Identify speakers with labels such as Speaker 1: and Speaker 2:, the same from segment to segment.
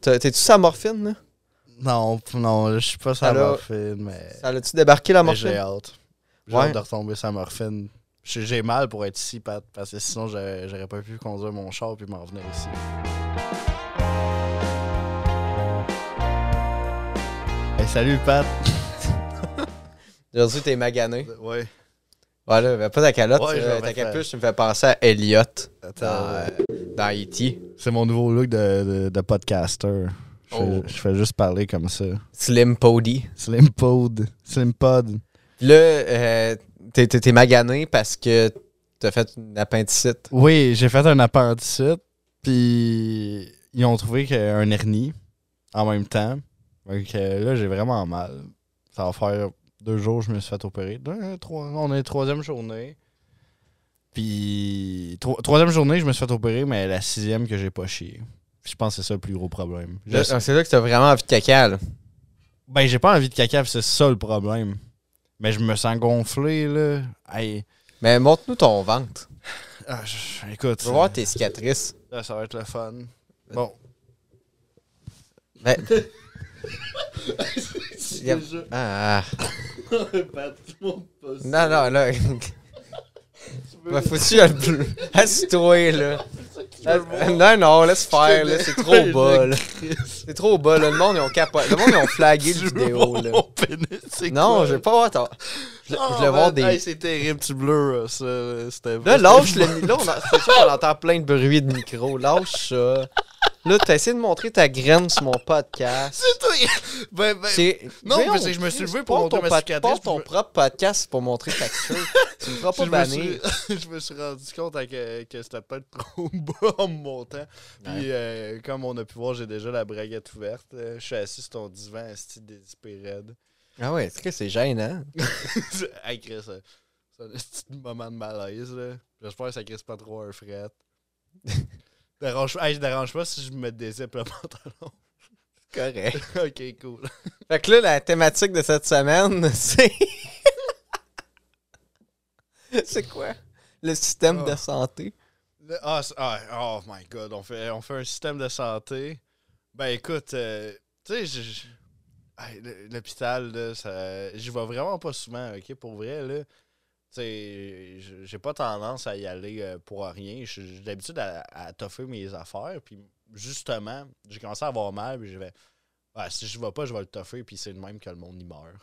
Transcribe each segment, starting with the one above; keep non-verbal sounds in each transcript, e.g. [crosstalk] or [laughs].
Speaker 1: T'as- T'es-tu sa morphine, là?
Speaker 2: Non, p- non, je suis pas sur la
Speaker 1: Alors,
Speaker 2: morphine, mais,
Speaker 1: Ça l'a-tu débarqué, la
Speaker 2: mais j'ai
Speaker 1: morphine?
Speaker 2: hâte. J'ai
Speaker 1: Ouais.
Speaker 2: hâte de retomber sur la morphine. J'ai j'ai mal pour être ici, Pat, parce que sinon, j'aurais j'aurais pas pu conduire mon char puis m'en venir ici. Hey, salut, Pat.
Speaker 1: Aujourd'hui, t'es magané.
Speaker 2: Ouais.
Speaker 1: Voilà, mais pas ta calotte.
Speaker 2: Ouais,
Speaker 1: euh,
Speaker 2: j'aurais
Speaker 1: ta
Speaker 2: fait-
Speaker 1: capuche, tu me fais penser à Elliot
Speaker 2: Attends.
Speaker 1: dans, euh, dans E.T.
Speaker 2: C'est mon nouveau look de, de, de podcaster. Je, fais-
Speaker 1: Oh.
Speaker 2: je fais juste parler comme ça.
Speaker 1: Slim Pody.
Speaker 2: Slim Pod. Slim Pod.
Speaker 1: Là, euh, t'es- t'es t'es magané parce que t'as fait une appendicite.
Speaker 2: Oui, j'ai fait un appendicite, puis ils ont trouvé qu'un hernie en même temps. Donc euh, là, j'ai vraiment mal. Ça va faire deux jours que je me suis fait opérer. Deux, trois, on est troisième journée. Puis, tro- troisième journée, je me suis fait opérer, mais la sixième que j'ai pas chié. Je pense que c'est ça le plus gros problème. Je-
Speaker 1: Là, ah, C'est là que t'as vraiment envie de caca, là.
Speaker 2: Ben, j'ai pas envie de caca, puis c'est ça le problème. Mais je me sens gonflé, là. Hey,
Speaker 1: Mais montre-nous ton ventre.
Speaker 2: ah, je- écoute,
Speaker 1: Je veux voir tes cicatrices.
Speaker 2: là, ça va être le fun. Bon.
Speaker 1: Ben- Yep. Ah, ah. Non, non, là. [laughs] Ben, faut-tu le bleu? Assis-toi, là. Non, non, laisse faire, là. C'est trop bas, là. C'est trop bas, là. Le monde, ils ont capoté. Le monde, ils ont
Speaker 2: [laughs]
Speaker 1: flagué le vidéo, là.
Speaker 2: Mon pénis, c'est
Speaker 1: Non,
Speaker 2: quoi? Oh,
Speaker 1: je vais pas voir ton. Je je voulais voir des.
Speaker 2: Hey, c'est terrible, tu bleu, ça. euh, C'était
Speaker 1: Là, lâche le mi- Là, on en- c'est sûr qu'on entend plein de bruit de micro. Lâche ça. Là, t'as essayé de montrer ta graine sur mon podcast.
Speaker 2: C'est toi! [laughs] Ben, ben,
Speaker 1: C'est...
Speaker 2: Non,
Speaker 1: Voyons,
Speaker 2: mais c'est que je me suis
Speaker 1: Chris,
Speaker 2: levé pour
Speaker 1: porte
Speaker 2: montrer
Speaker 1: ton
Speaker 2: ma
Speaker 1: pod-
Speaker 2: cicatrice,
Speaker 1: porte
Speaker 2: puis
Speaker 1: ton
Speaker 2: je me-
Speaker 1: propre podcast pour montrer ta queue. tu me feras
Speaker 2: je
Speaker 1: pas
Speaker 2: me,
Speaker 1: banner.
Speaker 2: suis, [laughs] je me suis rendu compte hein, que, que c'était pas trop bas [laughs] en montant. Puis,
Speaker 1: Ouais.
Speaker 2: euh, comme on a pu voir, j'ai déjà la braguette ouverte. Euh, Je suis assis sur ton divan, assis désespéré. raide.
Speaker 1: Ah ouais, c'est que c'est gênant.
Speaker 2: [laughs] hey, Chris, euh, c'est un [laughs] petit moment de malaise, là. J'espère que ça crisse pas trop un fret. dérange, hey, je dérange pas si je me dézippe le [laughs] pantalon.
Speaker 1: Correct.
Speaker 2: ok, cool.
Speaker 1: Fait que là, la thématique de cette semaine, [laughs] c'est. c'est quoi? Le système
Speaker 2: Oh.
Speaker 1: de santé.
Speaker 2: Le- ah, c'est- ah, oh my god, on fait, on fait un système de santé. Ben écoute, euh, tu sais, je- je- hey, le- l'hôpital, là, ça- j'y vais vraiment pas souvent, ok, pour vrai, là. Tu sais, j- j'ai pas tendance à y aller euh, pour rien. Je- J'ai d'habitude à, à toffer mes affaires, puis justement, j'ai commencé à avoir mal, puis je vais, ah, si je vais pas, je vais le toffer, puis c'est le même que le monde y meurt.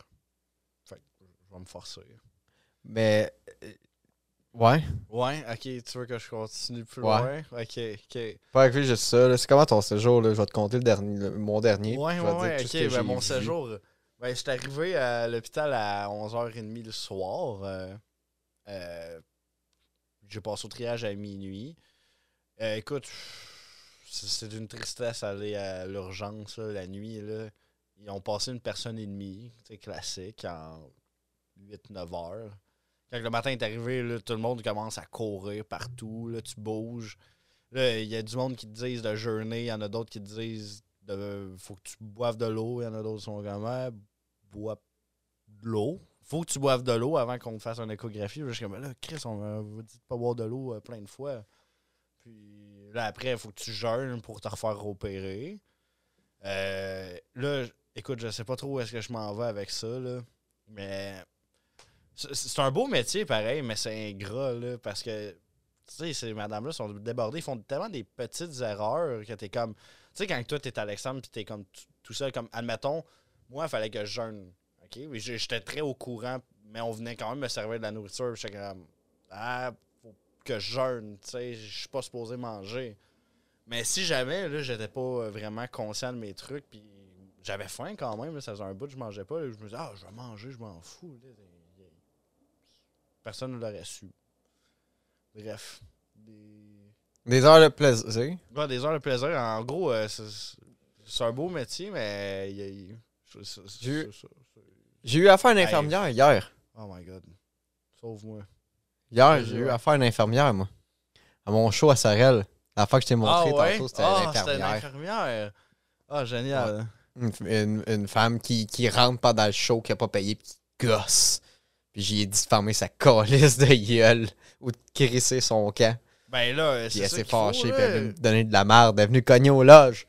Speaker 2: Fait que je vais me forcer.
Speaker 1: Mais. euh, Ouais.
Speaker 2: Ouais, ok, tu veux que je continue plus
Speaker 1: Ouais.
Speaker 2: loin? Ok, ok.
Speaker 1: Pas avec lui, juste ça. là. C'est comment ton séjour? Là? Je vais te compter le dernier, le- mon dernier.
Speaker 2: Ouais,
Speaker 1: puis je
Speaker 2: ouais,
Speaker 1: vais te dire
Speaker 2: ouais,
Speaker 1: tout
Speaker 2: ok.
Speaker 1: ce que
Speaker 2: ben,
Speaker 1: j'ai
Speaker 2: mon
Speaker 1: vu.
Speaker 2: séjour. Ben, j'étais arrivé à l'hôpital à 11h30 le soir. euh, euh, j'ai passé au triage à minuit. Euh, écoute, c'est c'est d'une tristesse aller à l'urgence là, la nuit. Là. Ils ont passé une personne et demie, c'est classique, en 8-9 heures. Quand le matin est arrivé, là, tout le monde commence à courir partout, là, tu bouges. Là, il y a du monde qui te disent de jeûner, il y en a d'autres qui te disent de faut que tu boives de l'eau, il y en a d'autres qui sont comme Ah, bois de l'eau. Faut que tu boives de l'eau avant qu'on te fasse une échographie. Je suis comme là, Chris, on euh, vous dit de pas boire de l'eau euh, plein de fois. Puis là, après, il faut que tu jeûnes pour te refaire opérer. Euh, là, j- écoute, je sais pas trop où est-ce que je m'en vais avec ça, là. Mais c'est- c'est un beau métier, pareil, mais c'est ingrat, là, parce que, tu sais, ces madames-là sont débordées, ils font tellement des petites erreurs que t'es comme, tu sais, quand toi, t'es Alexandre, puis t'es comme t- tout seul, comme, admettons, moi, il fallait que je jeûne, OK? Mais j'- J'étais très au courant, mais on venait quand même me servir de la nourriture, puis j'étais comme, ah, faut que je jeûne, tu sais, je suis pas supposé manger. Mais si jamais, là, j'étais pas euh, vraiment conscient de mes trucs, puis j'avais faim quand même, là, ça faisait un bout, que je mangeais pas, là, je me disais, ah, je vais manger, je m'en fous, là, personne ne l'aurait su. Bref. Des,
Speaker 1: Des heures de plaisir.
Speaker 2: ouais, des heures de plaisir. En gros, euh, c'est- c'est c'est un beau métier, mais il y a- il- c'est- c'est- c'est-
Speaker 1: J'ai-
Speaker 2: c'est- c'est-
Speaker 1: J'ai eu affaire à une infirmière hier.
Speaker 2: Oh my god. Sauve-moi.
Speaker 1: Hier, j'ai eu affaire à une infirmière, moi. À mon show à Sarel. La fois que je t'ai montré tantôt, c'était
Speaker 2: Ah,
Speaker 1: une
Speaker 2: c'était une
Speaker 1: infirmière.
Speaker 2: infirmière. Ah, génial.
Speaker 1: Une, une- une femme qui, qui rentre pendant le show, qui a pas payé, puis qui gosse. Puis j'y ai dit de fermer sa calice de gueule ou de crisser son camp.
Speaker 2: Ben là,
Speaker 1: Puis
Speaker 2: c'est
Speaker 1: elle
Speaker 2: ça
Speaker 1: s'est
Speaker 2: qu'il faut,
Speaker 1: fâchée, puis
Speaker 2: là.
Speaker 1: elle est venue me donner de la merde. Elle est venue cogner aux loges.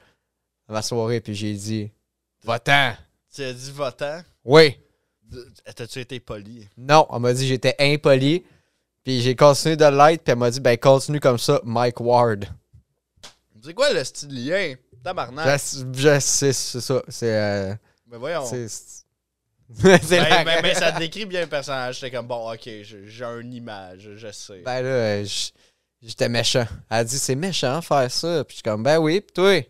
Speaker 1: à ma soirée, puis j'ai dit Va-t'en
Speaker 2: Tu as dit votant.
Speaker 1: Oui
Speaker 2: T'as-tu été poli?
Speaker 1: Non Elle m'a dit j'étais impoli. Puis j'ai continué de l'être, puis elle m'a dit Ben, continue comme ça, Mike Ward.
Speaker 2: C'est quoi le style lien? Tabarnak.
Speaker 1: Je, je sais, c'est ça. C'est. euh,
Speaker 2: Mais voyons.
Speaker 1: c'est- c'est- [laughs] c'est
Speaker 2: Ben,
Speaker 1: la-
Speaker 2: ben, ben, ça décrit bien le personnage. J'étais comme, bon, ok, je- j'ai une image, je sais.
Speaker 1: Ben là, euh, j- j'étais méchant. Elle a dit, c'est méchant faire ça. Puis je suis comme, ben oui, puis toi.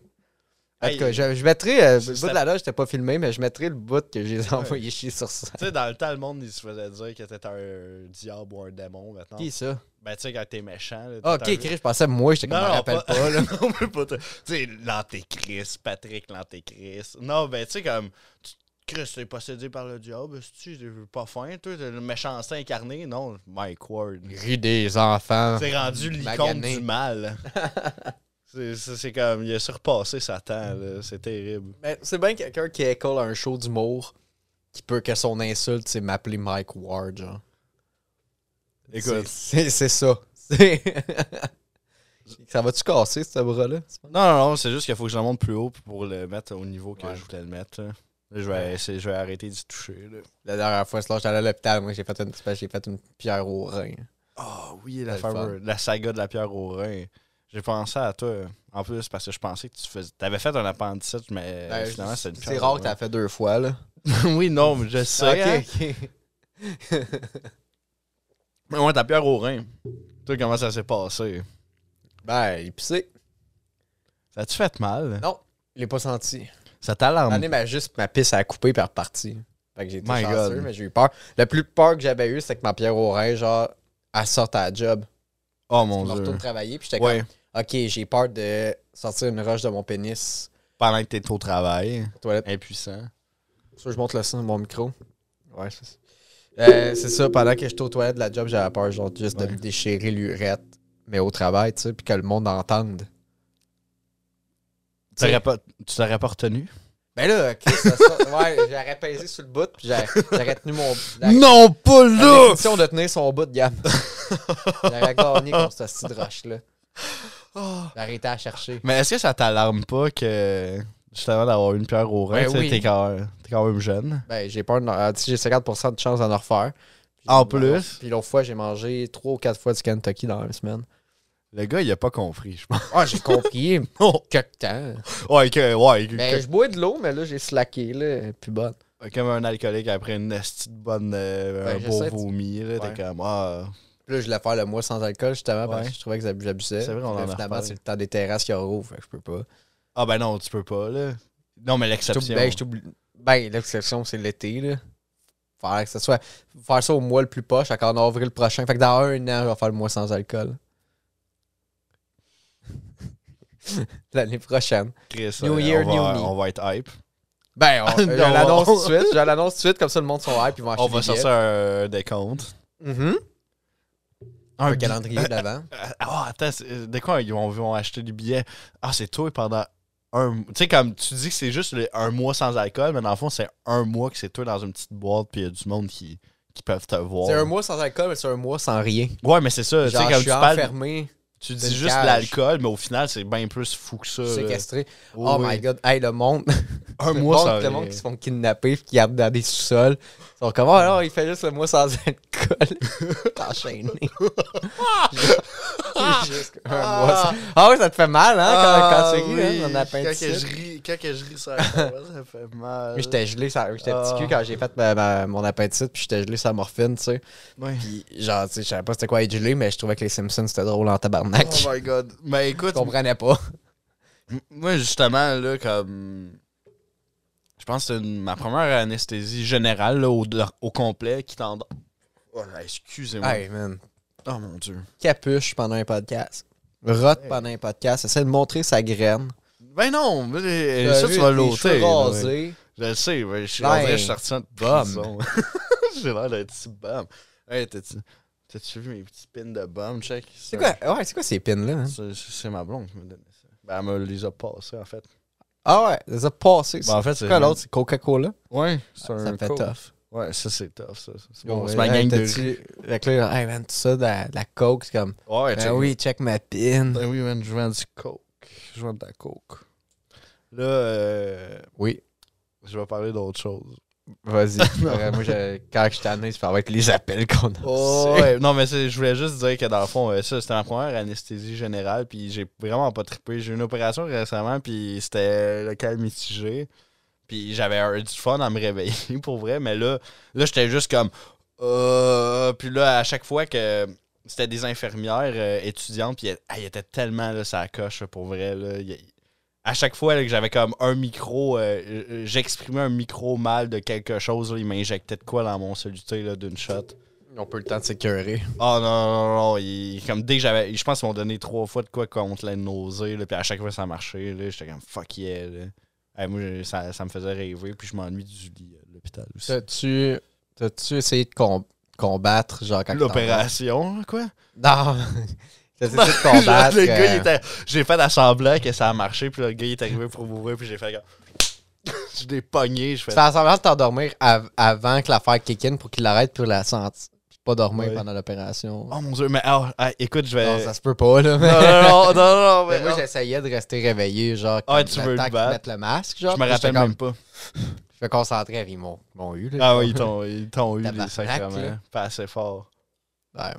Speaker 1: En
Speaker 2: Hey.
Speaker 1: tout cas, je, je mettrai, euh,
Speaker 2: C'est-
Speaker 1: le bout de la loge, j'étais pas filmé, mais je mettrai le bout que j'ai envoyé chier sur ça.
Speaker 2: tu sais, dans le temps, le monde, il se faisait dire que t'étais un diable ou un démon maintenant.
Speaker 1: Qui ça?
Speaker 2: Ben, tu sais, quand t'es méchant. Là, t'es
Speaker 1: Ah,
Speaker 2: un-
Speaker 1: ok, Chris, je pensais, moi, j'étais comme, je me rappelle pas. là.
Speaker 2: [laughs] non, mais pas. toi. Tu sais, l'antéchrist, Patrick l'antéchrist. Non, ben, tu sais, comme. tu- Christ, t'es possédé par le diable, si tu t'es pas fin, toi, t'es le méchant saint incarné. Non, Mike Ward.
Speaker 1: Ris des enfants.
Speaker 2: T'es rendu l'icône
Speaker 1: Ah, Magané.
Speaker 2: du
Speaker 1: [laughs]
Speaker 2: mal. C'est- C'est c'est comme, il a surpassé Satan, là. C'est terrible.
Speaker 1: Ben, c'est bien quelqu'un qui école un show d'humour qui peut que son insulte, c'est m'appeler Mike Ward, genre.
Speaker 2: Écoute.
Speaker 1: C'est c'est- c'est ça. C'est- [laughs] ça va-tu casser, ce bras-là?
Speaker 2: Non, non, non, c'est juste qu'il faut que je le monte plus haut pour le mettre au niveau que
Speaker 1: Ouais.
Speaker 2: je voulais le mettre. là. Là, je vais, essayer- je vais arrêter d'y toucher. Là.
Speaker 1: La dernière fois, c'est là, j'étais allé à l'hôpital, moi, j'ai fait une, j'ai fait une pierre au rein.
Speaker 2: Ah oui, la,
Speaker 1: C'est le fun.
Speaker 2: fameuse- la saga de la pierre au rein. J'ai pensé à toi. En plus, parce que je pensais que tu faisais. T'avais fait un appendicite, mais
Speaker 1: Ben,
Speaker 2: finalement, c'est une pierre.
Speaker 1: C'est
Speaker 2: au
Speaker 1: rare que
Speaker 2: rein.
Speaker 1: t'as fait deux fois, là.
Speaker 2: [laughs] oui, non,
Speaker 1: [laughs]
Speaker 2: mais je sais. hein.
Speaker 1: ok.
Speaker 2: Mais hein. ouais, ta pierre au rein. Toi, comment ça s'est passé?
Speaker 1: ben, il pissait.
Speaker 2: Ça tu fait mal?
Speaker 1: Non, il est pas senti.
Speaker 2: Ça t'alarme?
Speaker 1: L'année, ma juste ma pisse a coupé par partie. Fait que j'ai été
Speaker 2: My
Speaker 1: chanceux,
Speaker 2: God.
Speaker 1: mais j'ai eu peur. La plus peur que j'avais eu, c'est que ma pierre au rein, genre, elle sorte à la job.
Speaker 2: Oh
Speaker 1: On
Speaker 2: mon dieu.
Speaker 1: retourne travailler, puis j'étais
Speaker 2: Ouais,
Speaker 1: comme, ok, j'ai peur de sortir une roche de mon pénis.
Speaker 2: pendant que t'es au travail,
Speaker 1: Toilette.
Speaker 2: impuissant.
Speaker 1: Ça, je monte le son de mon micro. Ouais, c'est ça. Euh, c'est ça, pendant que j'étais aux toilettes de la job, j'avais peur genre juste
Speaker 2: Ouais.
Speaker 1: de me déchirer l'urette, mais au travail, tu sais, puis que le monde entende.
Speaker 2: Tu t'aurais pas- tu t'aurais pas retenu?
Speaker 1: Ben là, ok, ça sort. Ouais, j'aurais pesé sur le bout, puis j'aurais j'aurais tenu mon. La,
Speaker 2: Non, pas
Speaker 1: la définition de tenir son bout de [laughs] gamme. j'aurais gagné contre ce style de roche-là. J'aurais été à chercher.
Speaker 2: Mais est-ce que ça t'alarme pas que justement d'avoir une pierre au rein,
Speaker 1: Ben
Speaker 2: tu sais,
Speaker 1: oui.
Speaker 2: t'es quand, t'es quand même jeune?
Speaker 1: Ben, j'ai peur, d'en- euh, tu sais, j'ai 50% de chance d'en refaire. Puis
Speaker 2: En
Speaker 1: j'ai-
Speaker 2: plus?
Speaker 1: Puis l'autre fois, j'ai mangé 3 ou 4 fois du Kentucky dans la semaine.
Speaker 2: Le gars, il a pas compris, je pense.
Speaker 1: Ah, j'ai [laughs] compris.
Speaker 2: Non.
Speaker 1: Quelque temps.
Speaker 2: Ouais, que, ouais, que-
Speaker 1: Ben, je bois de l'eau, mais là, j'ai slacké, là, elle est plus bonne.
Speaker 2: que- comme un alcoolique après une esti de bonne, euh,
Speaker 1: Ben,
Speaker 2: un beau
Speaker 1: j'essaie de-
Speaker 2: vomi, là,
Speaker 1: Ouais.
Speaker 2: t'es comme, ah,
Speaker 1: Puis là, je voulais faire le mois sans alcool, justement, parce
Speaker 2: Ouais.
Speaker 1: que je trouvais que ça- j'abusais.
Speaker 2: C'est
Speaker 1: Puis
Speaker 2: vrai, on
Speaker 1: là,
Speaker 2: en a
Speaker 1: Finalement,
Speaker 2: reparlé.
Speaker 1: c'est le temps des terrasses qui rouvrent, fait que je peux pas.
Speaker 2: ah ben non, tu peux pas, là. Non, mais
Speaker 1: Je t'oublie-
Speaker 2: l'exception.
Speaker 1: Ben, je t'oublie- ben, l'exception, c'est l'été, là. Faire que ce soit... Faire ça au mois le plus poche, fait qu'en avril prochain. Fait que dans un an, je vais faire le mois sans alcool. [laughs] L'année prochaine.
Speaker 2: Chris,
Speaker 1: New
Speaker 2: euh,
Speaker 1: Year,
Speaker 2: on va,
Speaker 1: New Me.
Speaker 2: on va être hype.
Speaker 1: Ben,
Speaker 2: [laughs]
Speaker 1: on, je
Speaker 2: Non.
Speaker 1: l'annonce tout de suite. Je l'annonce tout de suite, comme ça, le monde sont hype, ils vont acheter
Speaker 2: On va
Speaker 1: des billets.
Speaker 2: sortir Mm-hmm. un décompte.
Speaker 1: Mhm.
Speaker 2: Un
Speaker 1: Le calendrier de l'avant.
Speaker 2: Ah, ah, attends, c'est- euh, de quoi ils vont, vont acheter des billets? Ah, c'est toi pendant un. Tu sais, comme tu dis que c'est juste le- un mois sans alcool, mais dans le fond, c'est un mois que c'est toi dans une petite boîte, puis il y a du monde qui, qui peuvent te voir.
Speaker 1: C'est un mois sans alcool, mais c'est un mois sans rien.
Speaker 2: Ouais, mais c'est ça. Tu sais,
Speaker 1: Genre, je
Speaker 2: comme
Speaker 1: suis
Speaker 2: tu parles,
Speaker 1: enfermé.
Speaker 2: tu
Speaker 1: dans
Speaker 2: dis
Speaker 1: une
Speaker 2: juste
Speaker 1: cage.
Speaker 2: l'alcool, mais au final, c'est bien plus fou que ça. là.
Speaker 1: séquestré.
Speaker 2: Oui,
Speaker 1: Oh
Speaker 2: oui.
Speaker 1: my god, hey, le monde.
Speaker 2: Un
Speaker 1: le
Speaker 2: mois
Speaker 1: monde,
Speaker 2: sans
Speaker 1: Le monde qui se
Speaker 2: rien.
Speaker 1: font kidnapper puis qui habitent dans des sous-sols. Ils sont comme, oh non, il fait juste le mois sans
Speaker 2: [laughs]
Speaker 1: alcool. T'es enchaîné.
Speaker 2: Ah!
Speaker 1: [laughs] Juste un mois sans- Ah ouais, ça te fait mal, hein, quand, quand tu ris, hein, on a peint ici.
Speaker 2: ris, Ah quand que je ris sur la [laughs] caméra, ça fait mal.
Speaker 1: Moi, j'étais gelé, sur- j'étais
Speaker 2: Ah.
Speaker 1: petit cul quand j'ai fait ma- ma- mon appendicite, puis j'étais gelé sur la morphine, tu sais.
Speaker 2: Ouais.
Speaker 1: [laughs] Puis genre, tu sais, je savais pas c'était quoi être gelé, mais je trouvais que les Simpsons c'était drôle en tabarnak.
Speaker 2: Oh my god. Mais écoute,
Speaker 1: Je comprenais pas.
Speaker 2: M- Moi, justement, là, comme. Je pense que c'est une- ma première anesthésie générale, là, au, au complet, qui t'endort. Oh là, excusez-moi.
Speaker 1: Hey man,
Speaker 2: Oh mon dieu.
Speaker 1: capuche pendant un podcast. Rote pendant un podcast, essaie de montrer sa graine.
Speaker 2: Ben non, mais, euh,
Speaker 1: T'as
Speaker 2: ça,
Speaker 1: vu,
Speaker 2: tu vas
Speaker 1: tes
Speaker 2: l'ôter.
Speaker 1: cheveux
Speaker 2: là, ouais.
Speaker 1: rasés.
Speaker 2: Je le sais, ouais, je suis
Speaker 1: Ben,
Speaker 2: en vrai, je suis sorti de bombe. [laughs] J'ai l'air d'un petit bombe. Hey, t'as-tu t'as-tu vu mes petits pins de bombe, check?
Speaker 1: C'est quoi, ouais, c'est quoi ces pins-là? hein?
Speaker 2: C'est c'est ma blonde qui me donnait ça. Ben, elle me les a passés, en fait.
Speaker 1: Ah ouais, ça a passé.
Speaker 2: Ben, en fait,
Speaker 1: c'est quoi l'autre? C'est Coca-Cola?
Speaker 2: Ouais, c'est
Speaker 1: Ça
Speaker 2: un
Speaker 1: fait
Speaker 2: coke.
Speaker 1: tough.
Speaker 2: Ouais, ça, c'est tough, ça. C'est
Speaker 1: Bon,
Speaker 2: bon,
Speaker 1: ouais,
Speaker 2: c'est ma
Speaker 1: hey,
Speaker 2: gang de...
Speaker 1: t'as-tu- Fait que là, hey man, tout ça, de la, de la Coke, c'est comme,
Speaker 2: Ouais,
Speaker 1: ben
Speaker 2: check.
Speaker 1: oui, check ma pin.
Speaker 2: Ben oui, man, je vends du coke. Je vends de la coke. Là, euh,
Speaker 1: Oui,
Speaker 2: je vais parler d'autre chose.
Speaker 1: [laughs] vas-y. Euh, Moi, je- quand je suis tanné, ça va être les appels qu'on a.
Speaker 2: Oh,
Speaker 1: reçus.
Speaker 2: ouais. Non, mais c'est- je voulais juste dire que dans le fond, euh, ça, c'était ma première anesthésie générale, puis j'ai vraiment pas trippé. J'ai eu une opération récemment, puis c'était le calme mitigé. Puis j'avais eu du fun à me réveiller, [laughs] pour vrai, mais là, là j'étais juste comme... Euh... Puis là, à chaque fois que... C'était des infirmières euh, étudiantes, puis elles, elles étaient tellement là, ça coche, là, pour vrai. Là. Il y a- à chaque fois là, que j'avais comme un micro, euh, euh, j'exprimais un micro mal de quelque chose, là, ils m'injectaient de quoi dans mon soluté là, d'une shot.
Speaker 1: Ils ont peu le temps de s'écœurer.
Speaker 2: Oh non, non, non, non. il- comme dès que j'avais. Je pense qu'ils m'ont donné trois fois de quoi contre la nausée, là, puis à chaque fois ça marchait, là, j'étais comme fuck yeah. Là. Eh, moi, je- ça, ça me faisait rêver, puis je m'ennuie du lit à l'hôpital aussi.
Speaker 1: T'as-tu t'as-tu essayé de com- combattre, genre, quand
Speaker 2: L'opération,
Speaker 1: [laughs]
Speaker 2: quoi?
Speaker 1: Non. T'as [laughs] essayé de
Speaker 2: Genre,
Speaker 1: combattre.
Speaker 2: le gars, il
Speaker 1: euh,
Speaker 2: était- J'ai fait à semblant que ça a marché, puis le gars, il est arrivé pour m'ouvrir, puis j'ai fait comme. [laughs] je l'ai pogné, je
Speaker 1: Tu
Speaker 2: fais.
Speaker 1: fais semblant de t'endormir av- avant que l'affaire kick in pour qu'il l'arrête pour la sentir. Puis pas dormir
Speaker 2: Ouais.
Speaker 1: pendant l'opération.
Speaker 2: Oh mon dieu, mais ah, ah, écoute, je vais.
Speaker 1: Non, ça se peut pas, là.
Speaker 2: Non, non, non, non, non,
Speaker 1: Mais
Speaker 2: mais-
Speaker 1: moi, j'essayais de rester réveillé, genre,
Speaker 2: Ah,
Speaker 1: comme
Speaker 2: tu
Speaker 1: le
Speaker 2: veux
Speaker 1: temps
Speaker 2: le
Speaker 1: qu'ils
Speaker 2: battre.
Speaker 1: mettent le masque,
Speaker 2: je
Speaker 1: genre.
Speaker 2: me
Speaker 1: puis j'étais
Speaker 2: rappelle
Speaker 1: comme-
Speaker 2: même pas.
Speaker 1: Je me concentrais, ils m'ont ils m'ont eu, là.
Speaker 2: Ah oui, ils t'ont- ils t'ont eu, les
Speaker 1: Tabarnak,
Speaker 2: sacrements.
Speaker 1: là.
Speaker 2: Pas assez fort.
Speaker 1: Ouais.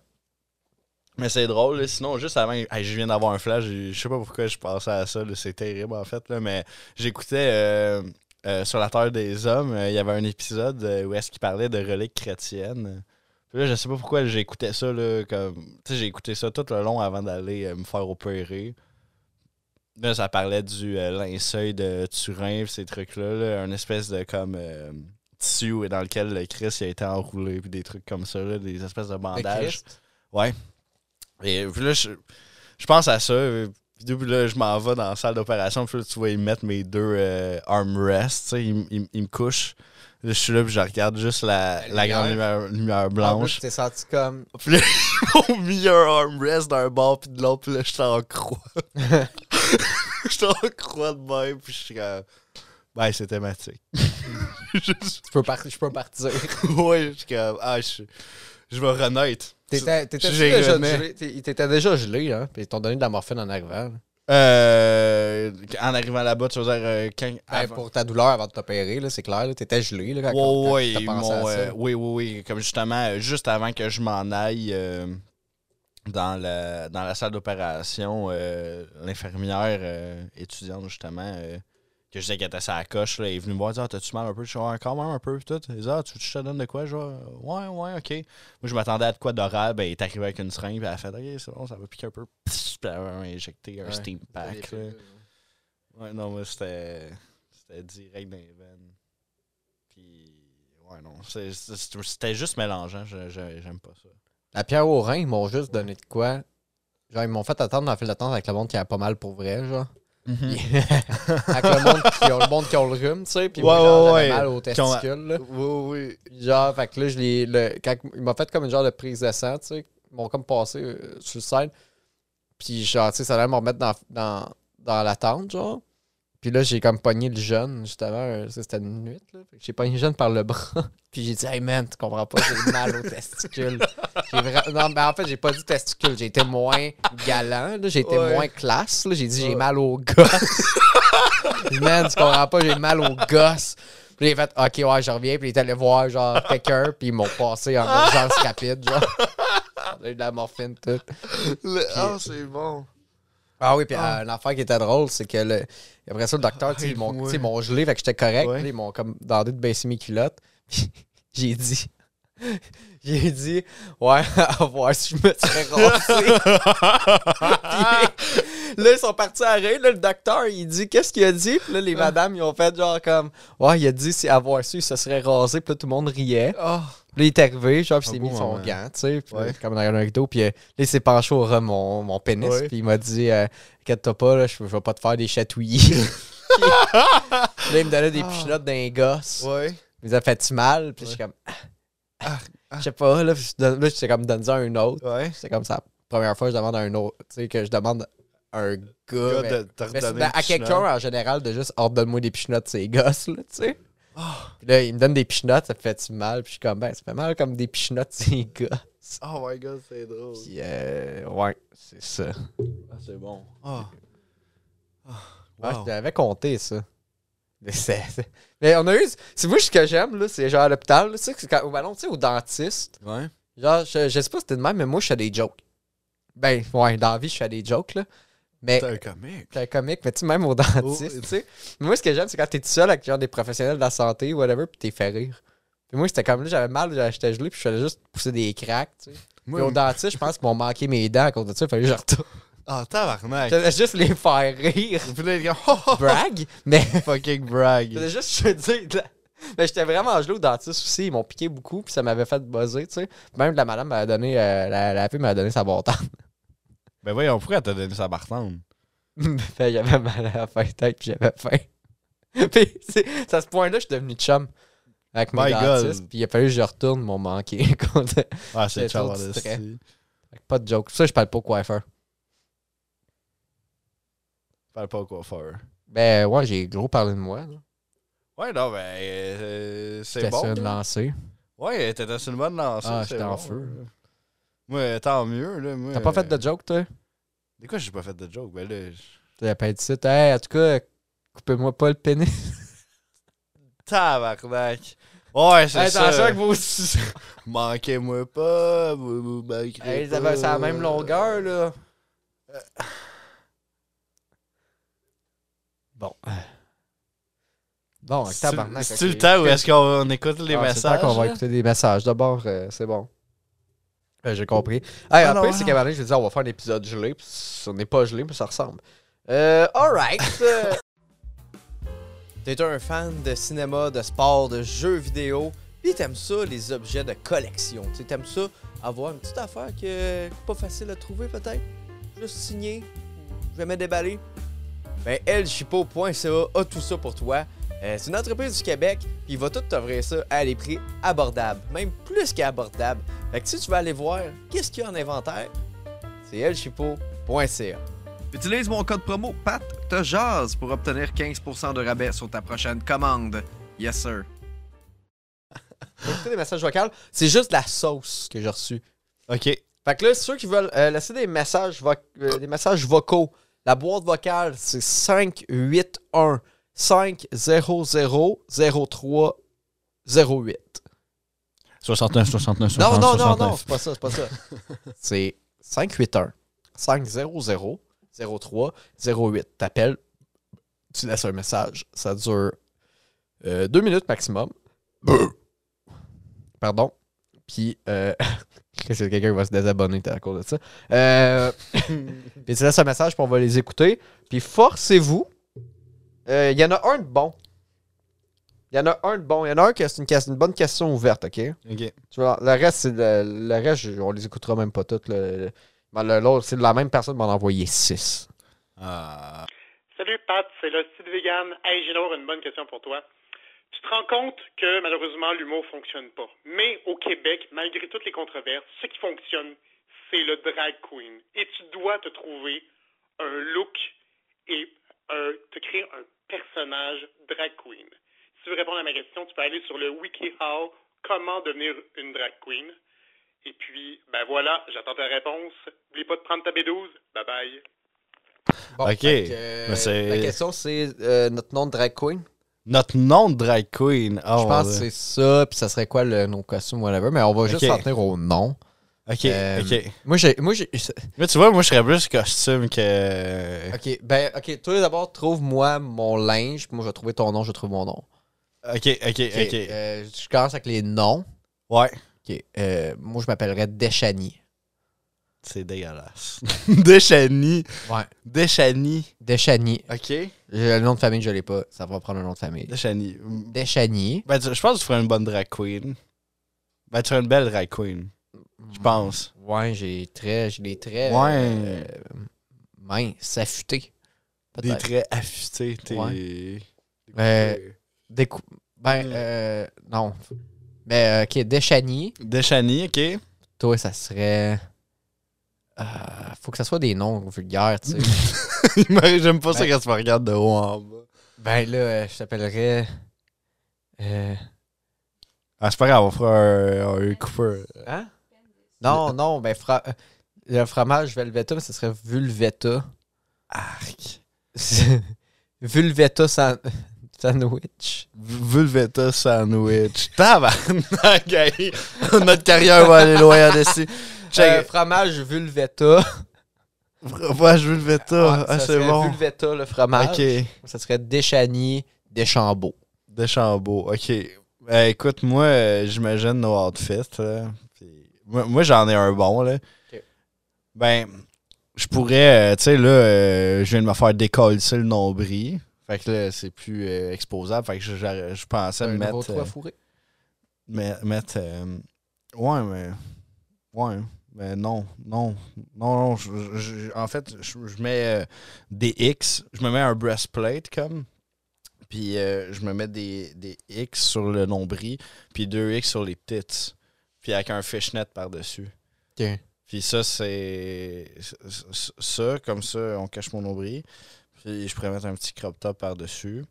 Speaker 2: Mais c'est drôle, là. sinon, juste avant, hey, je viens d'avoir un flash, je je sais pas pourquoi je pensais à ça, là. c'est terrible en fait, là, mais j'écoutais euh, euh, Sur la Terre des Hommes, euh, il y avait un épisode euh, où est-ce qu'il parlait de reliques chrétiennes. Puis là, je sais pas pourquoi j'écoutais ça, là, comme, tu sais, j'ai écouté ça tout le long avant d'aller euh, me faire opérer. Là, ça parlait du euh, linceul de Turin, pis ces trucs-là, là, un espèce de comme euh, tissu dans lequel le Christ a été enroulé, puis des trucs comme ça, là, des espèces de
Speaker 1: Le
Speaker 2: bandages.
Speaker 1: Christ.
Speaker 2: Et puis là, je, je pense à ça. euh, Puis puis là, je m'en vais dans la salle d'opération. Puis là, tu vois, ils mettent mes deux euh, armrests. tu sais, Ils, m- ils m- ils me couchent. Là, je suis là, puis je regarde juste la,
Speaker 1: La
Speaker 2: la grande lumière, lumière
Speaker 1: En plus,
Speaker 2: blanche.
Speaker 1: tu t'es senti comme.
Speaker 2: Puis là, ils m'ont mis un armrest d'un bord, puis de l'autre. Puis là, je suis en croix. Je suis en croix de même. Puis je suis comme. Ben, c'est thématique. [laughs] Juste-
Speaker 1: Tu peux par- Je peux
Speaker 2: [laughs]
Speaker 1: partir.
Speaker 2: ouais, je suis comme. Ah, je, je vais renaître.
Speaker 1: T'étais t'étais-tu
Speaker 2: J'ai
Speaker 1: déjà
Speaker 2: remis.
Speaker 1: gelé. T'es- T'étais déjà gelé, hein. Puis ils t'ont donné de la morphine en arrivant. là.
Speaker 2: Euh, en arrivant là-bas, tu vas dire. euh, quand,
Speaker 1: Ben,
Speaker 2: avant-
Speaker 1: pour ta douleur avant de t'opérer, là, c'est clair. là, T'étais gelé là, quand, quand
Speaker 2: Ouais,
Speaker 1: t'as
Speaker 2: ouais,
Speaker 1: pensé
Speaker 2: mon,
Speaker 1: à ça.
Speaker 2: euh, oui, oui, oui. Comme justement, euh, juste avant que je m'en aille euh, dans, la, dans la salle d'opération, euh, l'infirmière euh, étudiante, justement, euh, que je disais qu'elle était sa coche, là, elle est venue me voir dire ah, T'as-tu mal un peu Je suis Ouais, quand même un peu, pis tout. Elle dit Ah, tu veux que je te donne de quoi Genre, Ouais, ouais, ok. Moi, je m'attendais à de quoi d'oral. Ben, elle est arrivée avec une seringue, puis elle a fait Ok, c'est bon, ça va piquer un peu. Pss, Puis elle m'a injecté un
Speaker 1: Ouais.
Speaker 2: steam pack.
Speaker 1: T'as
Speaker 2: là.
Speaker 1: des-
Speaker 2: Ouais, non, mais c'était. C'était direct dans les veines. Puis. Ouais, non. c'est- c'est- C'était juste mélangeant. je- je- J'aime pas ça.
Speaker 1: La pierre au rein, ils m'ont juste donné de quoi. Genre, ils m'ont fait attendre dans la file d'attente avec le monde qui a pas mal pour vrai, genre.
Speaker 2: Hmm. Mm-hmm.
Speaker 1: [laughs] avec le monde qui ont le, monde qui ont le rhume, tu sais. Puis moi,
Speaker 2: Ouais,
Speaker 1: genre,
Speaker 2: ouais,
Speaker 1: j'avais
Speaker 2: ouais.
Speaker 1: mal aux
Speaker 2: Qui ont-
Speaker 1: testicules, là.
Speaker 2: oui, oui.
Speaker 1: Puis genre, fait que là, je l'ai. le- quand ils m'ont fait comme une genre de prise de sang, tu sais. Ils m'ont comme passé euh, sur le side. Puis genre, tu sais, ça allait me remettre dans, dans, dans la tente, genre. Puis là, j'ai comme pogné le jeune, justement. euh, ça, C'était une nuit, là. Fait que J'ai pogné le jeune par le bras. [laughs] Puis j'ai dit, hey man, tu comprends pas, j'ai mal aux testicules. J'ai vra- Non, mais en fait, j'ai pas dit testicules. J'ai été moins galant, là. J'ai été
Speaker 2: Ouais.
Speaker 1: moins classe, là. J'ai dit, j'ai
Speaker 2: Ouais.
Speaker 1: mal aux gosses. [laughs] man, tu comprends pas, j'ai mal aux gosses. Puis il a fait OK, ouais, je reviens. Puis il est allé voir, genre, quelqu'un. Puis ils m'ont passé
Speaker 2: [laughs]
Speaker 1: en urgence rapide, genre. J'ai eu de la morphine, tout.
Speaker 2: Ah, c'est bon.
Speaker 1: Ah oui, puis
Speaker 2: Ah.
Speaker 1: euh, une affaire qui était drôle, c'est que le... après ça, le docteur, tu sais, ils m'ont
Speaker 2: Ouais.
Speaker 1: tu sais, ils m'ont gelé, fait que j'étais correct.
Speaker 2: Ah, Ouais.
Speaker 1: Puis là, Ils m'ont comme demandé de baisser mes culottes. [laughs] Puis j'ai dit. [laughs] J'ai dit, ouais, [laughs] à voir si je me serais rassé. là, ils sont partis à rire. Là, le docteur, il dit, qu'est-ce qu'il a dit? Puis là, les
Speaker 2: Ah.
Speaker 1: madames, ils ont fait genre comme, ouais, il a dit, si avoir su, il se serait rasé. Puis là, tout le monde riait.
Speaker 2: Ah.
Speaker 1: Puis là, il est arrivé, genre, puis il
Speaker 2: Un
Speaker 1: s'est
Speaker 2: beau
Speaker 1: mis son
Speaker 2: moment.
Speaker 1: gant, tu sais, puis,
Speaker 2: Ouais.
Speaker 1: euh, comme derrière un rideau. Puis euh, là, il s'est penché au ras de mon, mon pénis,
Speaker 2: Ouais.
Speaker 1: puis il m'a dit euh, Inquiète-toi pas, là, je, je vais pas te faire des chatouillis.
Speaker 2: [laughs]
Speaker 1: Puis, là, il me donnait des pichenottes d'un gosse.
Speaker 2: Ah. Ouais.
Speaker 1: Il me disait Fais-tu mal Puis je suis comme Ah,
Speaker 2: ah.
Speaker 1: Je sais pas, là, puis je donne- là, j'étais comme Donne-en un autre.
Speaker 2: Ouais.
Speaker 1: C'est comme ça, la première fois, je demande à un autre, tu sais, que je demande à un gars.
Speaker 2: Gars,
Speaker 1: mais-
Speaker 2: de te
Speaker 1: mais c'est-
Speaker 2: redonner
Speaker 1: ben,
Speaker 2: une
Speaker 1: à quelqu'un
Speaker 2: pichenotte.
Speaker 1: en général de juste ordonne-moi des pichenottes, c'est gosse, là, tu sais.
Speaker 2: Oh,
Speaker 1: Puis là, il me donne des pichenottes, ça fait-tu mal? Puis je suis comme, ben, ça fait mal comme des pichenottes, [laughs] c'est gosse.
Speaker 2: Oh my god, c'est drôle.
Speaker 1: Puis, euh, ouais, c'est ça.
Speaker 2: Ah, c'est bon.
Speaker 1: Ouais,
Speaker 2: Wow.
Speaker 1: je t'avais compté ça. Mais, c'est- c'est- mais on a eu. C'est moi ce que j'aime, là, c'est genre à l'hôpital, là, tu sais, que c'est quand- au ballon, tu sais, au dentiste.
Speaker 2: Ouais.
Speaker 1: Genre, je, je sais pas si c'était de même, mais moi, je fais des jokes. Ben, ouais, dans la vie, je fais des jokes, là. Mais
Speaker 2: T'es un comique.
Speaker 1: t'es un comique, mais tu sais, même au dentiste,
Speaker 2: Oh.
Speaker 1: tu sais. Mais Moi, ce que j'aime, c'est quand t'es tout seul avec genre des professionnels de la santé, whatever, pis t'es fait rire. Puis moi, c'était comme là, j'avais mal, j'avais- j'étais gelé, puis je faisais juste pousser des cracks, tu sais. Puis au
Speaker 2: Moi,
Speaker 1: dentiste, je pense qu'ils m'ont manqué mes dents à cause de ça, il fallait que je retourne.
Speaker 2: ah, tabarnak.
Speaker 1: J'allais juste les faire rire.
Speaker 2: Puis là, il est comme, oh, oh,
Speaker 1: [laughs] Brag, mais
Speaker 2: oh, fucking brag.
Speaker 1: J'allais juste te dire. de la- Mais j'étais vraiment gelé au dentiste aussi. Ils m'ont piqué beaucoup, puis ça m'avait fait buzzer, tu sais. Même la madame m'a donné. euh, la, la fille m'a donné sa bartende.
Speaker 2: Ben voyons, pourquoi t'as donné sa bartende?
Speaker 1: [laughs] Fait que j'avais mal à la fin de tête, puis j'avais faim. [laughs] puis, c'est c'est à ce point-là, je suis devenu chum. Avec mon
Speaker 2: My God.
Speaker 1: dentiste, puis il a fallu que je retourne mon manqué. [laughs] Fait
Speaker 2: Ah,
Speaker 1: C'est
Speaker 2: c'est
Speaker 1: trop
Speaker 2: Charles
Speaker 1: distrait.
Speaker 2: Esti.
Speaker 1: que pas de joke. Ça, je parle pas au coiffeur.
Speaker 2: Parle pas au coiffeur.
Speaker 1: Ben, ouais, j'ai gros parlé de moi. là.
Speaker 2: Ouais, non, ben, euh, c'est
Speaker 1: J'étais
Speaker 2: bon.
Speaker 1: sur
Speaker 2: là.
Speaker 1: une lancée.
Speaker 2: Ouais, t'étais sur une bonne lancée.
Speaker 1: Ah,
Speaker 2: c'est
Speaker 1: j'étais en
Speaker 2: bon,
Speaker 1: feu.
Speaker 2: là. Ouais, tant mieux, là. moi,
Speaker 1: T'as pas fait
Speaker 2: euh,
Speaker 1: de joke, toi?
Speaker 2: De quoi j'ai pas fait de joke? Ben là, je-
Speaker 1: T'as pas dit ça. Hey, en tout cas, coupez-moi pas le pénis.
Speaker 2: tabarnak. Ouais, c'est
Speaker 1: Hey,
Speaker 2: ça.
Speaker 1: vos
Speaker 2: Manquez-moi pas, vous, vous manquerez
Speaker 1: Hey, ils avaient-
Speaker 2: pas.
Speaker 1: c'est à la même longueur, là. Euh. Bon. Bon,
Speaker 2: C'est-
Speaker 1: tabarnak. Ah,
Speaker 2: C'est-tu le temps où est-ce qu'on on écoute les messages?
Speaker 1: qu'on va
Speaker 2: là?
Speaker 1: écouter des messages. D'abord, euh, c'est bon. Euh, J'ai compris. Hey,
Speaker 2: Ah, non,
Speaker 1: après,
Speaker 2: ah,
Speaker 1: c'est
Speaker 2: non.
Speaker 1: qu'à un moment donné, je vais dire, on va faire un épisode gelé. Puis ça n'est pas gelé, mais ça ressemble. Euh, alright.
Speaker 2: [laughs]
Speaker 1: euh. T'es un fan de cinéma, de sport, de jeux vidéo, puis t'aimes ça, les objets de collection. Tu sais, T'aimes ça, avoir une petite affaire que que pas facile à trouver, peut-être. Juste signer, jamais déballer. Ben, lchipo.ca a tout ça pour toi. Euh, c'est une entreprise du Québec, puis il va tout t'offrir ça à des prix abordables, même plus qu'abordables. Fait que si tu veux aller voir qu'est-ce qu'il y a en inventaire, c'est lchipo.ca.
Speaker 3: Utilise mon code promo PAT te jase pour obtenir 15% de rabais sur ta prochaine commande. Yes sir.
Speaker 1: Écoutez des messages vocaux, c'est juste la sauce que j'ai reçue.
Speaker 2: Ok.
Speaker 1: Fait que là, ceux qui veulent euh, laisser des messages, voc- euh, des messages vocaux, la boîte vocale, c'est 581 5000308.
Speaker 2: 69, 69, 69.
Speaker 1: Non, non, non, non, c'est pas ça, c'est pas ça. [laughs] c'est 581 500 03 08. T'appelles, tu laisses un message. Ça dure euh, deux minutes maximum. [coughs] Pardon. Puis, euh, [laughs] qu'est-ce que quelqu'un va se désabonner à cause de ça? [laughs] Euh, puis tu laisses un message, puis on va les écouter. Puis forcez-vous. Euh, Il y en a un de bon. Il y en a un de bon. Il y en a un que c'est une, ques- une bonne question ouverte, OK?
Speaker 2: Ok.
Speaker 1: Tu vois, le reste, c'est le, le reste, je- on les écoutera même pas toutes. là. Le- ben, le- L'autre, c'est la même personne qui m'en a envoyé six.
Speaker 2: Ah.
Speaker 4: Salut Pat, c'est le style vegan. Hey Gilor, une bonne question pour toi. Tu te rends compte que malheureusement l'humour fonctionne pas. Mais au Québec, malgré toutes les controverses, ce qui fonctionne, c'est le drag queen. Et tu dois te trouver un look et un- te créer un personnage drag queen. Si tu veux répondre à ma question, tu peux aller sur le WikiHow comment devenir une drag queen. Et puis, ben voilà, j'attends ta réponse. N'oublie pas de prendre ta B12. Bye bye.
Speaker 1: Bon,
Speaker 2: Ok.
Speaker 1: fait que, euh,
Speaker 2: Mais c'est-
Speaker 1: la question, c'est euh, notre nom de drag queen.
Speaker 2: Notre nom de drag queen. Oh,
Speaker 1: je pense que
Speaker 2: là.
Speaker 1: c'est ça, puis ça serait quoi le nom de costume, whatever. Mais on va juste
Speaker 2: Ok.
Speaker 1: s'en tenir au nom.
Speaker 2: Ok,
Speaker 1: Euh,
Speaker 2: ok.
Speaker 1: Moi, j'ai. Moi, j'ai.
Speaker 2: Mais tu vois, moi, je serais plus costume que.
Speaker 1: Ok, ben, ok. Toi, d'abord, trouve-moi mon linge, puis moi, je vais trouver ton nom, je trouve mon nom.
Speaker 2: Ok, ok, ok.
Speaker 1: Euh, je commence avec les noms.
Speaker 2: Ouais.
Speaker 1: Ok. euh, moi, je m'appellerais Deschani.
Speaker 2: C'est [laughs] dégueulasse. Deschani.
Speaker 1: Ouais.
Speaker 2: Deschani.
Speaker 1: Deschani.
Speaker 2: Ok.
Speaker 1: J'ai Le nom de famille, je l'ai pas. Ça va prendre le nom de famille.
Speaker 2: Deschani.
Speaker 1: Deschani.
Speaker 2: Ben, tu- je pense que tu ferais une bonne drag queen. Ben, tu ferais une belle drag queen. Je pense.
Speaker 1: Ouais, j'ai très, j'ai des traits.
Speaker 2: Ouais.
Speaker 1: euh, minces, affûtés.
Speaker 2: Des
Speaker 1: Peut-être.
Speaker 2: traits affûtés. T'es.
Speaker 1: Ouais. Des cou- Ben,
Speaker 2: Mm.
Speaker 1: euh, non. Mais, euh, ok, Deschani.
Speaker 2: Deschani, ok.
Speaker 1: Toi, ça serait. Euh, faut que ça soit des noms vulgaires, tu sais.
Speaker 2: [laughs] J'aime pas ça quand tu me regardes de haut en bas.
Speaker 1: ben là, euh, je t'appellerais. euh,
Speaker 2: Ah, c'est pas grave, on fera un, un Cooper.
Speaker 1: Hein? Non, non, ben, fra- euh, le fromage Velveta, mais ce serait Vulveta.
Speaker 2: Arc.
Speaker 1: [laughs] Vulveta san- Sandwich. [laughs]
Speaker 2: Vulveta sandwich. Tabarnak, hey. Notre carrière va aller loin d'ici.
Speaker 1: Euh,
Speaker 2: Check.
Speaker 1: fromage Vulveta.
Speaker 2: Ouais, je Vulveta.
Speaker 1: Ouais, ça
Speaker 2: ah, c'est
Speaker 1: serait
Speaker 2: bon.
Speaker 1: Vulveta, le fromage.
Speaker 2: Ok.
Speaker 1: Ça serait Deschani, Deschambault.
Speaker 2: Deschambault, ok. Ben, écoute, moi, euh, j'imagine nos outfits. là. Puis, moi, moi, j'en ai un bon. Là.
Speaker 1: Ok.
Speaker 2: Ben, je pourrais, euh, tu sais, là, euh, je viens de me faire décoller le nombril. Fait que là, c'est plus euh, exposable. Fait que je, je- je pensais me
Speaker 1: nouveau
Speaker 2: mettre.
Speaker 1: trou à
Speaker 2: euh,
Speaker 1: fourrer.
Speaker 2: me- mettre euh, ouais, mais. Ouais. Mais non, non. Non, non. je- je- je- en fait, je, je mets euh, des X. Je me mets un breastplate comme. Puis euh, je me mets des, des X sur le nombril. Puis deux X sur les tits. Puis avec un fishnet par-dessus.
Speaker 1: Ok.
Speaker 2: Puis ça, c'est. c'est- c'est- Ça, comme ça, on cache mon nombril. Puis je pourrais mettre un petit crop top par-dessus.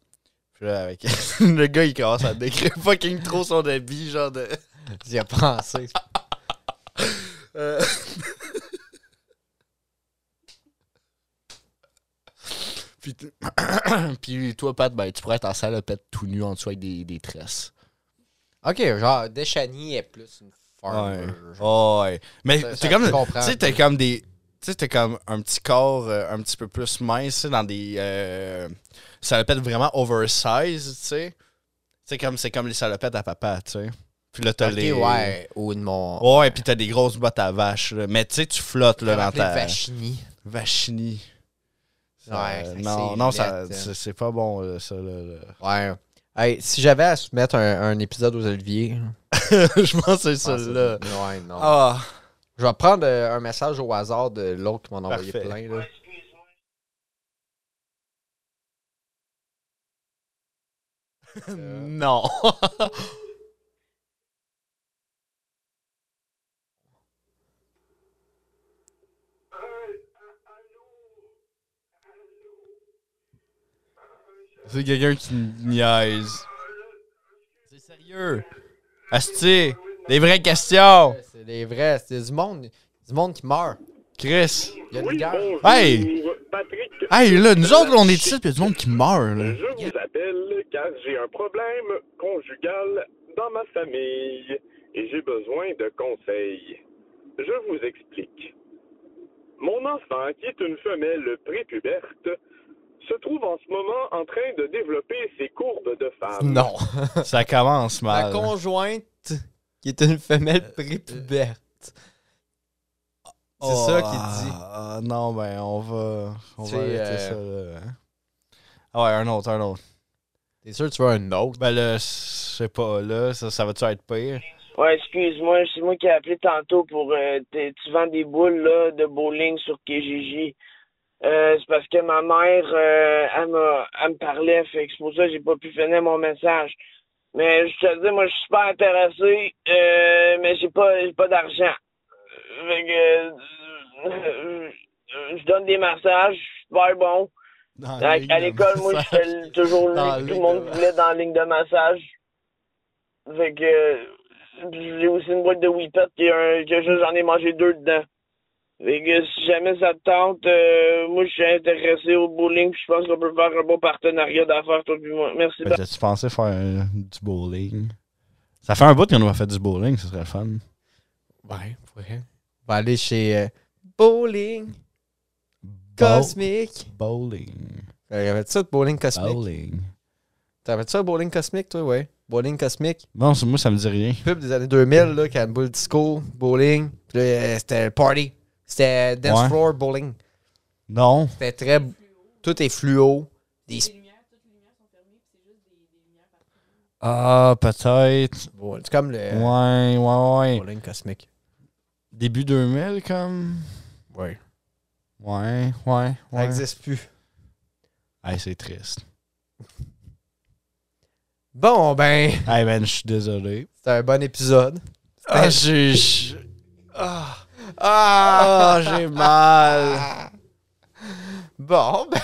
Speaker 2: Puis là, avec. [laughs] le gars, il commence à décrire [laughs] fucking trop son habit, genre de.
Speaker 1: [laughs]
Speaker 2: [coughs]
Speaker 1: J'y ai pensé.
Speaker 2: Euh. Puis, t- [coughs] Puis toi, Pat, ben, tu pourrais être en salopette tout nu en dessous avec des, des tresses.
Speaker 1: ok, genre, Deschani est plus une farmer. genre.
Speaker 2: ouais. Mais
Speaker 1: Ça-
Speaker 2: t'es
Speaker 1: ça,
Speaker 2: comme.
Speaker 1: je comprends.
Speaker 2: Tu sais, t'es comme des. Tu sais, t'es comme un petit corps euh, un petit peu plus mince, tu sais, dans des. euh, salopettes vraiment oversize, tu sais. Tu sais, comme, c'est comme les salopettes à papa, tu sais. Puis là, t'as
Speaker 1: Ok,
Speaker 2: les. Oh,
Speaker 1: ouais, ou de mon.
Speaker 2: Ouais, puis t'as des grosses bottes à vache, là. Mais tu sais, tu flottes, là,
Speaker 1: Comment
Speaker 2: dans
Speaker 1: appeler
Speaker 2: ta.
Speaker 1: Vachini.
Speaker 2: Vachini. Ça,
Speaker 1: Ouais, fait que
Speaker 2: non,
Speaker 1: c'est
Speaker 2: non, ça,
Speaker 1: laid, hein.
Speaker 2: c'est c'est pas bon, là, ça. Là, [laughs] là.
Speaker 1: Ouais. Hey, si j'avais à soumettre un, un épisode aux Olivier.
Speaker 2: je pense que c'est
Speaker 1: je pense que-
Speaker 2: celle-là.
Speaker 1: Ouais, non.
Speaker 2: Ah,
Speaker 1: Je vais prendre euh, un message au hasard de l'autre qui m'en a envoyé
Speaker 2: Parfait.
Speaker 1: plein. Là.
Speaker 2: Euh, non. [laughs] c'est quelqu'un qui niaise. C'est sérieux. Asti, des vraies questions.
Speaker 1: Ouais, C'est des vrais, c'est du monde, du monde qui meurt.
Speaker 2: Chris.
Speaker 1: Il y a une guerre.
Speaker 2: Hey!
Speaker 5: Patrick,
Speaker 2: Hey, là, nous autres, on est ici, puis il y a du monde qui meurt, là.
Speaker 5: je vous appelle car j'ai un problème conjugal dans ma famille et j'ai besoin de conseils. Je vous explique. Mon enfant, qui est une femelle prépuberte, se trouve en ce moment en train de développer ses courbes de femme.
Speaker 1: Non.
Speaker 2: Ça commence
Speaker 1: Ma
Speaker 2: mal.
Speaker 1: conjointe, qui est une femelle prépuberte. C'est
Speaker 2: Oh,
Speaker 1: ça qu'il dit. euh,
Speaker 2: ah, ah, non, ben, on va, on
Speaker 1: Tu sais,
Speaker 2: va arrêter ça, là. hein. Ah ouais, un autre, un autre.
Speaker 1: T'es sûr que tu veux un autre?
Speaker 2: Ben là, je sais pas, là, ça, ça va-tu être pire?
Speaker 6: Ouais, excuse-moi, c'est moi qui ai appelé tantôt pour... euh, t'es- tu vends des boules là, de bowling sur KGJ. Euh, c'est parce que ma mère, euh, elle, m'a- elle me parlait, fait que c'est pour ça que j'ai pas pu finir mon message. Mais je te le dis, moi, je suis super intéressé, euh, mais j'ai pas, j'ai pas d'argent. Fait que, euh, [laughs] je donne des massages, je suis super bon.
Speaker 2: Dans
Speaker 6: À,
Speaker 2: la
Speaker 6: à
Speaker 2: ligne de
Speaker 6: l'école, moi, je
Speaker 1: [laughs]
Speaker 2: massage.
Speaker 6: fais
Speaker 2: Dans
Speaker 6: toujours lui,
Speaker 2: la
Speaker 6: tout
Speaker 2: ligne
Speaker 6: le monde
Speaker 2: de
Speaker 6: voulait dans la ligne de massage. Fait que euh, j'ai aussi une boîte de Whippet qui un, que je- j'en ai mangé deux dedans. Fait que si jamais ça te tente, euh, moi je suis intéressé au bowling, puis je pense qu'on peut faire un bon partenariat d'affaires toi puis moi. Merci.
Speaker 2: Ben, T'as-tu pensé faire euh, du bowling? Ça fait un bout qu'on a pas fait du bowling, ce serait le fun.
Speaker 1: Ouais, ouais. On va aller chez euh, Bowling
Speaker 2: Bow-
Speaker 1: Cosmic.
Speaker 2: Bowling.
Speaker 1: Euh, Y'avait-tu ça de Bowling Cosmic?
Speaker 2: Bowling.
Speaker 1: T'avais-tu ça Bowling Cosmic, toi, ouais? Bowling Cosmic.
Speaker 2: Non, c'est- moi, ça me dit rien.
Speaker 1: pub des années 2000, là, quand Bull Disco, bowling, puis là, euh, c'était party. C'était dance
Speaker 2: Ouais.
Speaker 1: floor bowling.
Speaker 2: Non.
Speaker 1: C'était très. Tout est fluo. Des sp-
Speaker 2: Ah, peut-être.
Speaker 1: ouais, C'est comme le
Speaker 2: Euh. Ouais, ouais, ouais.
Speaker 1: bowling cosmique.
Speaker 2: Début 2000, comme.
Speaker 1: Ouais.
Speaker 2: Ouais, ouais,
Speaker 1: Ça
Speaker 2: ouais.
Speaker 1: n'existe plus.
Speaker 2: Hey, c'est triste.
Speaker 1: Bon, ben,
Speaker 2: Hey, man, je suis désolé.
Speaker 1: c'était un bon épisode.
Speaker 2: Ah, j'ai. j'ai- Ah, Ah, j'ai mal.
Speaker 1: Bon, ben.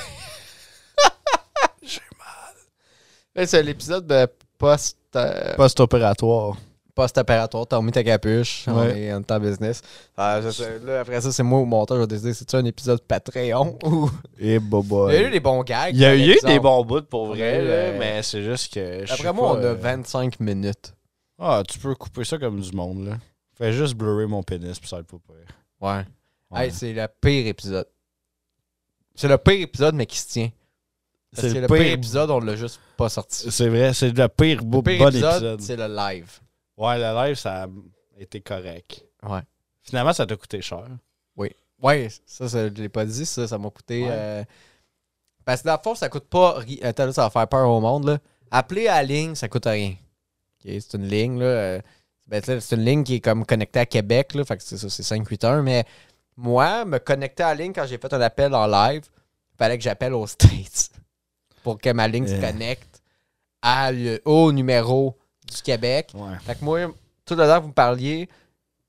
Speaker 1: J'ai mal. C'est Ben, l'épisode de post. euh,
Speaker 2: [laughs] Post-opératoire.
Speaker 1: post-opératoire, t'as remis ta capuche, on
Speaker 2: Ouais.
Speaker 1: est en temps business. Ah, je sais, là, après ça, c'est moi au monteur, je vais décider c'est-tu un épisode Patreon [laughs] ou.
Speaker 2: Et
Speaker 1: Il y a eu
Speaker 2: boboy.
Speaker 1: des bons gags.
Speaker 2: Eh, Il y a
Speaker 1: par
Speaker 2: eu
Speaker 1: exemple.
Speaker 2: des bons bouts pour vrai,
Speaker 1: Ouais.
Speaker 2: là, mais c'est juste que. je sais
Speaker 1: Après moi,
Speaker 2: pas,
Speaker 1: on a
Speaker 2: euh,
Speaker 1: 25 minutes.
Speaker 2: Ah, tu peux couper ça comme du monde, là. Fais juste blurrer mon pénis, puis ça va être pas pire.
Speaker 1: Ouais.
Speaker 2: Ouais.
Speaker 1: Hey, c'est le pire épisode. C'est le pire épisode, mais qui se tient. Parce que le pire épisode, on l'a juste pas sorti.
Speaker 2: C'est vrai, c'est le pire, beau,
Speaker 1: Le pire
Speaker 2: bon
Speaker 1: épisode,
Speaker 2: épisode.
Speaker 1: c'est le live.
Speaker 2: Ouais, le live, ça a été correct.
Speaker 1: Ouais.
Speaker 2: Finalement, ça t'a coûté cher.
Speaker 1: Ouais, ça, ça je l'ai pas dit, ça, ça m'a coûté.
Speaker 2: Ouais.
Speaker 1: euh, Parce que dans le fond, ça coûte pas. ri- Attends, là, ça va faire peur au monde. Là. Appeler à la ligne, ça coûte rien. Ok, c'est une ligne, là. euh, ben, c'est c'est une ligne qui est comme connectée à Québec, là. Fait que c'est ça, c'est 581. Mais moi, me connecter à la ligne quand j'ai fait un appel en live, fallait que j'appelle aux States pour que ma ligne se
Speaker 2: Euh.
Speaker 1: connecte à le- au numéro du Québec.
Speaker 2: Ouais.
Speaker 1: Fait que moi, tout le temps que vous me parliez,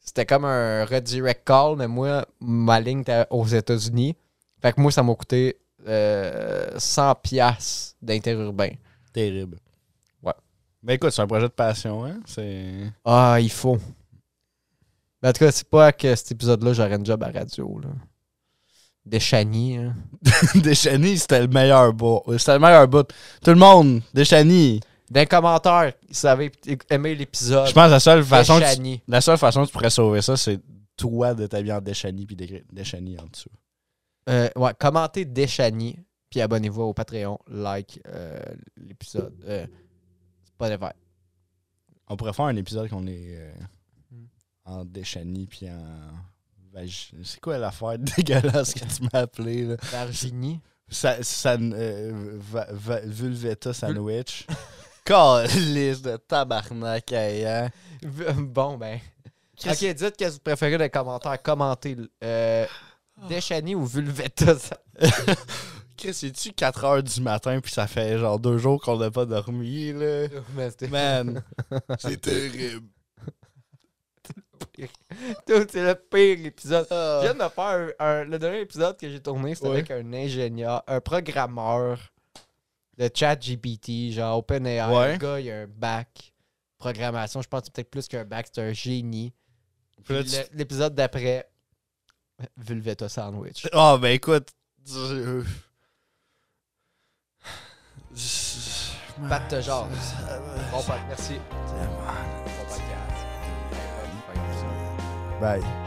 Speaker 1: c'était comme un redirect call, mais moi, ma ligne était aux États-Unis. Fait que moi, ça m'a coûté euh, 100 piastres d'interurbain.
Speaker 2: Terrible.
Speaker 1: Ouais.
Speaker 2: Mais écoute, c'est un projet de passion, hein? C'est.
Speaker 1: Ah, il faut. Mais Ben, en tout cas, c'est pas que cet épisode-là, j'aurais une job à radio. Là. Deschani, hein.
Speaker 2: [laughs] Deschani, c'était le meilleur bout. C'était le meilleur bout. Tout le monde, Deschani.
Speaker 1: D'un commentaire, si vous avez aimé l'épisode,
Speaker 2: Je pense que la seule façon. que tu-
Speaker 1: Deschani.
Speaker 2: La seule façon que tu pourrais sauver ça, c'est toi de t'habiller en Deschani puis d'écrire Deschani en dessous.
Speaker 1: Euh, ouais, commentez Deschani, puis abonnez-vous au Patreon, like euh, l'épisode. Euh, Spotify.
Speaker 2: On pourrait faire un épisode qu'on est euh, en Deschani puis en. vag- C'est quoi l'affaire [laughs] dégueulasse que tu m'as appelé là?
Speaker 1: Virginie.
Speaker 2: Sa- san- euh, va- va- Vulveta Sandwich. Calice de tabarnak hein? ayant.
Speaker 1: [laughs] Bon, ben. Ok, dites qu'est-ce que vous préférez dans les commentaires. Commentez. Euh,
Speaker 2: Ah.
Speaker 1: Deschani ou Vulvetta.
Speaker 2: [laughs]
Speaker 1: ça-
Speaker 2: Chris, c'est-tu 4 heures du matin puis ça fait genre deux jours qu'on n'a pas dormi là?
Speaker 1: Mais c'était- [laughs]
Speaker 2: Man, [laughs] c'est terrible.
Speaker 1: Dude, C'est le pire épisode. Je
Speaker 2: Ah.
Speaker 1: viens de faire un- un- le dernier épisode que j'ai tourné, c'était
Speaker 2: Ouais.
Speaker 1: avec un ingénieur, un programmeur de chat GPT, genre OpenAI.
Speaker 2: Ouais.
Speaker 1: Le gars, il a un bac. Programmation, je pense que c'est peut-être plus qu'un bac, c'est un génie.
Speaker 2: Puis là,
Speaker 1: Puis
Speaker 2: tu-
Speaker 1: le- L'épisode d'après, Vulvetta Sandwich.
Speaker 2: Ah, ben écoute. je- je-
Speaker 1: Pat de genre. Bon, Pat, merci.
Speaker 2: Tellement.
Speaker 1: Bon podcast.
Speaker 2: Bye.